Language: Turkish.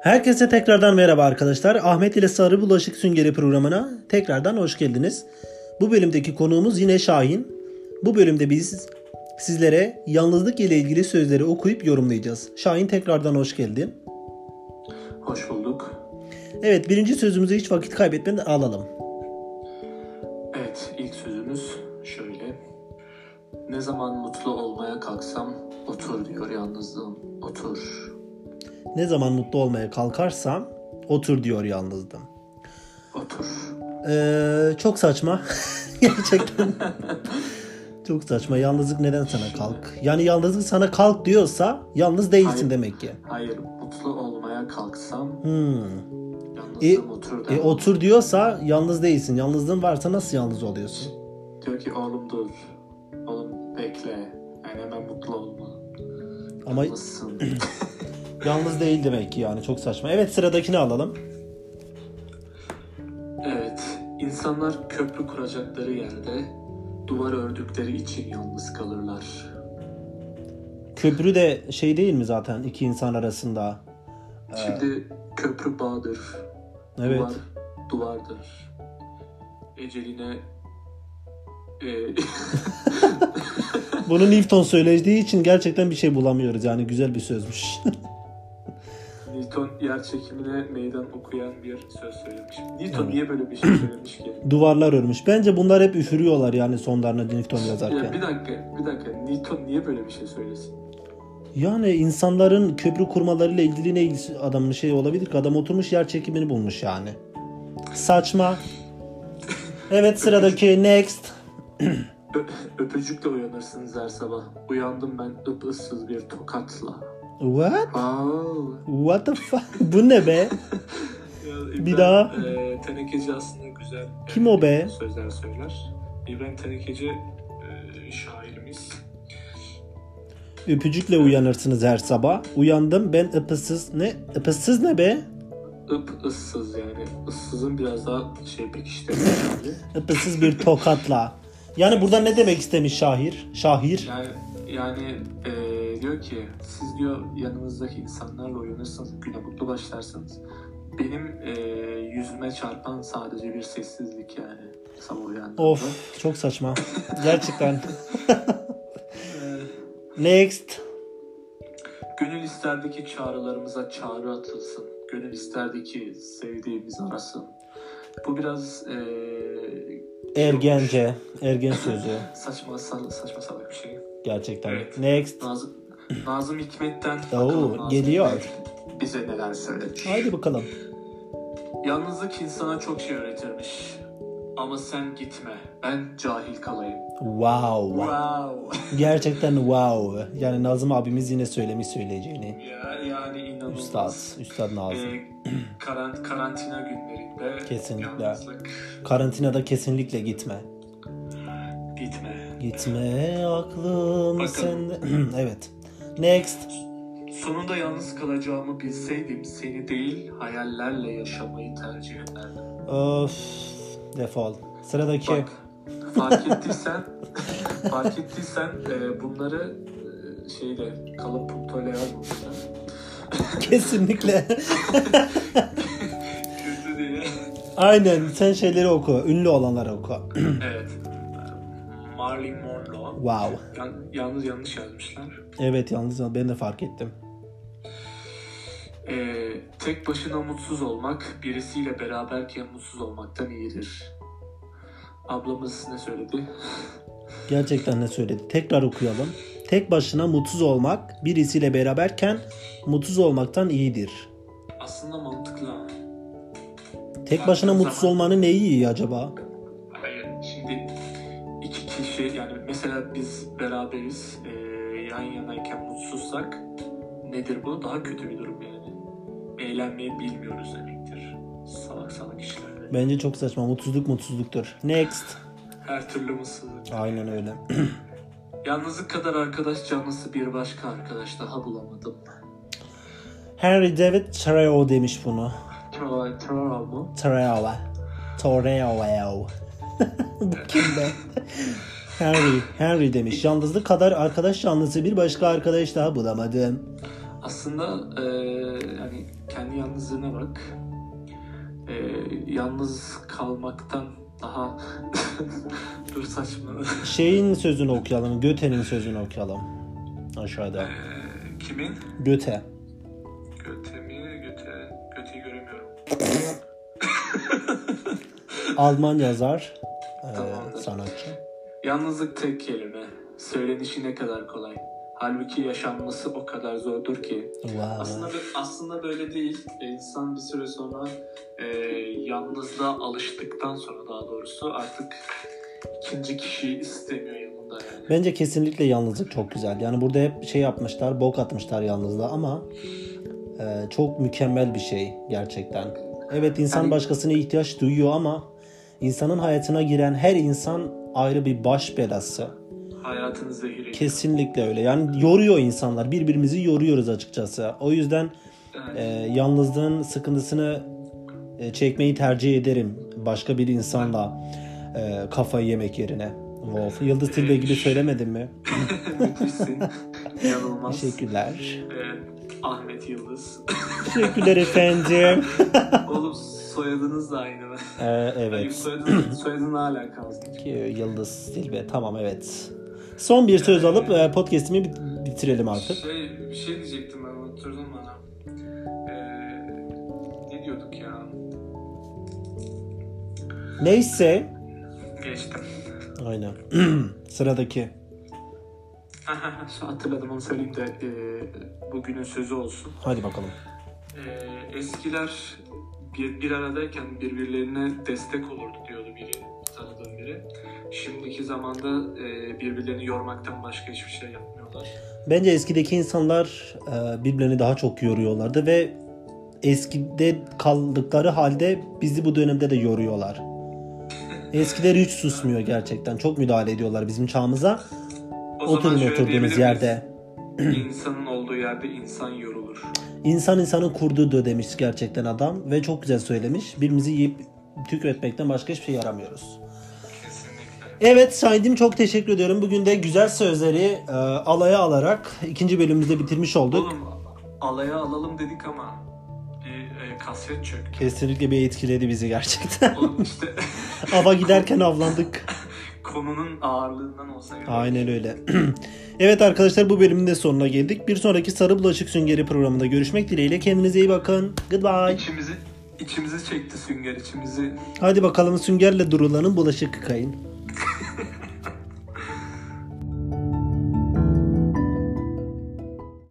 Herkese tekrardan merhaba arkadaşlar. Ahmet ile Sarı Bulaşık Süngeri programına tekrardan hoş geldiniz. Bu bölümdeki konuğumuz yine Şahin. Bu bölümde biz sizlere yalnızlık ile ilgili sözleri okuyup yorumlayacağız. Şahin tekrardan hoş geldin. Hoş bulduk. Evet birinci sözümüzü hiç vakit kaybetmeden alalım. Evet, ilk sözümüz şöyle. Ne zaman mutlu olmaya kalksam otur diyor yalnızlığım. Otur. Ne zaman mutlu olmaya kalkarsam otur diyor yalnızdım. Otur. Ee, çok saçma. Gerçekten. çok saçma. Yalnızlık neden sana kalk? Yani yalnızlık sana kalk diyorsa yalnız değilsin Hayır. demek ki. Hayır, mutlu olmaya kalksam Hmm. yalnızlığım otur der. E otur diyorsa yalnız değilsin. Yalnızlığın varsa nasıl yalnız oluyorsun? Diyor ki oğlum dur. Oğlum bekle. Yani hemen mutlu olma. Ama Mısın? E, yalnız değil demek ki yani çok saçma. Evet sıradakini alalım. evet, insanlar köprü kuracakları yerde duvar ördükleri için yalnız kalırlar. Köprü de şey değil mi zaten iki insan arasında? Şimdi köprü bağdır. Evet. Duvar, duvardır. Eceline e, Bunu Newton söylediği için gerçekten bir şey bulamıyoruz yani güzel bir sözmüş. Newton yer çekimine meydan okuyan bir söz söylemiş. Newton niye böyle bir şey söylemiş ki? Duvarlar örmüş. Bence bunlar hep üfürüyorlar yani sonlarına Newton Ya yazarken. bir dakika, bir dakika. Newton niye böyle bir şey söylesin? Yani insanların köprü kurmalarıyla ilgili ne ilgisi adamın şey olabilir ki? Adam oturmuş yer çekimini bulmuş yani. Saçma. Evet sıradaki next. Ö- öpücükle uyanırsınız her sabah. Uyandım ben ıpıssız bir tokatla. What? Wow. What the fuck? Bu ne be? Ya Bir daha. e, tenekeci aslında güzel. e, Kim o be? Sözler söyler. İbrahim Tenekeci e, şairimiz. Öpücükle uyanırsınız her sabah. Uyandım ben ıpısız. Ne? Ipısız ne be? Ip ıssız yani. Issızın biraz daha şey pekiştirmiş hali. Ipısız bir tokatla. Yani burada ne demek istemiş şair? Şair. Yani yani eee, diyor ki siz diyor yanınızdaki insanlarla uyanırsanız güne mutlu başlarsınız. Benim eee, yüzüme çarpan sadece bir sessizlik yani sabah uyandığımda. Of çok saçma. Gerçekten. Eee, Next. gönül isterdi ki çağrılarımıza çağrı atılsın. Gönül isterdi ki sevdiğimiz arasın. Bu biraz e, eee, Ergence. Ergen sözü. saçma sal- saçma salak bir şey. Gerçekten. Evet. Next. Nazım, Nazım Hikmet'ten bakalım Oo, Nazım geliyor. Hikmet bize neler söylemiş. Haydi bakalım. Yalnızlık insana çok şey öğretirmiş. Ama sen gitme. Ben cahil kalayım. Wow. Wow. Gerçekten wow. Yani Nazım abimiz yine söylemiş söyleyeceğini. ya, yani inanılmaz. Üstad. Üstad Nazım. Ee, karant- karantina günlerinde Kesinlikle. yalnızlık Karantinada kesinlikle gitme. gitme. Gitme aklım Bakalım. sende. evet. Next. Sonunda yalnız kalacağımı bilseydim seni değil hayallerle yaşamayı tercih ederdim. Of. Defol. Sıradaki. Bak fark ettiysen fark ettiysen e, bunları e, şeyle kalın puntoyla yazmamışlar. Kesinlikle. Kötü diye. Aynen. Sen şeyleri oku. Ünlü olanları oku. Evet. Marilyn Monroe. wow. Yan- yalnız yanlış yazmışlar. Evet yalnız ben de fark ettim. Ee, tek başına mutsuz olmak birisiyle beraberken mutsuz olmaktan iyidir. Ablamız ne söyledi? Gerçekten ne söyledi? Tekrar okuyalım. Tek başına mutsuz olmak birisiyle beraberken mutsuz olmaktan iyidir. Aslında mantıklı ha. Tek başına mutsuz olmanın neyi iyi acaba? Hayır Ee, şimdi iki kişi yani mesela biz beraberiz ee, yan yanayken mutsuzsak nedir bu? Daha kötü bir durum yani. Eğlenmeyi bilmiyoruz demektir. Salak salak işlerle. Bence çok saçma. Mutsuzluk mutsuzluktur. Next. Her türlü mutsuzluk. Aynen öyle. Yalnızlık kadar arkadaş canlısı bir başka arkadaş daha bulamadım. Henry David Thoreau demiş bunu. Troll, troll mu? Thoreau. Thoreau. Bu kim be? Henry, Henry demiş. Yalnızlık kadar arkadaş canlısı bir başka arkadaş daha bulamadım. Aslında e, yani kendi yalnızlığına bak. E, yalnız kalmaktan daha dur saçma. Şeyin sözünü okuyalım. Göte'nin sözünü okuyalım. Aşağıda. E, kimin? Göte. Göte mi? Göte. Göte'yi göremiyorum. Alman yazar. e, Tamamdır. sanatçı. Yalnızlık tek kelime. Söylenişi ne kadar kolay. Halbuki yaşanması o kadar zordur ki. Aslında Wow. bö- aslında böyle değil. İnsan bir süre sonra e, yalnızlığa alıştıktan sonra daha doğrusu artık ikinci kişiyi istemiyor yanında yani. Bence kesinlikle yalnızlık çok güzel. Yani burada hep şey yapmışlar, bok atmışlar yalnızlığa ama e, çok mükemmel bir şey gerçekten. Evet insan Yani- başkasına ihtiyaç duyuyor ama insanın hayatına giren her insan ayrı bir baş belası. Hayatın zehiri. Kesinlikle öyle. Yani yoruyor insanlar. Birbirimizi yoruyoruz açıkçası. O yüzden Yani e, yalnızlığın sıkıntısını e, çekmeyi tercih ederim. Başka bir insanla e, kafayı yemek yerine. Wolf. Yıldız Tilbe gibi söylemedim mi? müthişsin. İnanılmaz. Teşekkürler. E, Ahmet Yıldız. Teşekkürler efendim. Oğlum soyadınız da aynı mı? Ee, Hayır, evet. soyadın, soyadın hala kalsın. Ki Yıldız Tilbe. Tamam evet. Son bir söz alıp e, podcast'imi bit- bitirelim artık. Şey, bir şey diyecektim ben unutturdum bana. Ee, ne diyorduk ya? Neyse. Geçtim. Aynen. Sıradaki. Şu hatırladım onu söyleyeyim de e, bugünün sözü olsun. Hadi bakalım. E, eskiler bir, bir aradayken birbirlerine destek olurdu diyordu biri tanıdığım biri. Şimdiki zamanda e, birbirlerini yormaktan başka hiçbir şey yapmıyorlar. Bence eskideki insanlar e, birbirlerini daha çok yoruyorlardı ve eskide kaldıkları halde bizi bu dönemde de yoruyorlar. Eskileri hiç susmuyor gerçekten. Çok müdahale ediyorlar bizim çağımıza. O zaman Oturun şöyle oturduğunuz diyebilir yerde. miyiz? İnsanın olduğu yerde insan yorulur. İnsan insanın kurduğudur demiş gerçekten adam ve çok güzel söylemiş. Birbirimizi yiyip tükretmekten başka hiçbir şey yaramıyoruz. Kesinlikle. Evet Şahin'cim çok teşekkür ediyorum. Bugün de güzel sözleri e, alaya alarak ikinci bölümümüzde bitirmiş olduk. Oğlum alaya alalım dedik ama bir e, kasvet çöktü. Kesinlikle bir etkiledi bizi gerçekten. Oğlum işte Ava giderken avlandık. konunun ağırlığından olsa gerek. Aynen öyle. evet arkadaşlar bu bölümün de sonuna geldik. Bir sonraki Sarı Bulaşık Süngeri programında görüşmek dileğiyle. Kendinize iyi bakın. Goodbye. İçimizi, içimizi çekti sünger içimizi. Hadi bakalım süngerle durulanın bulaşık yıkayın.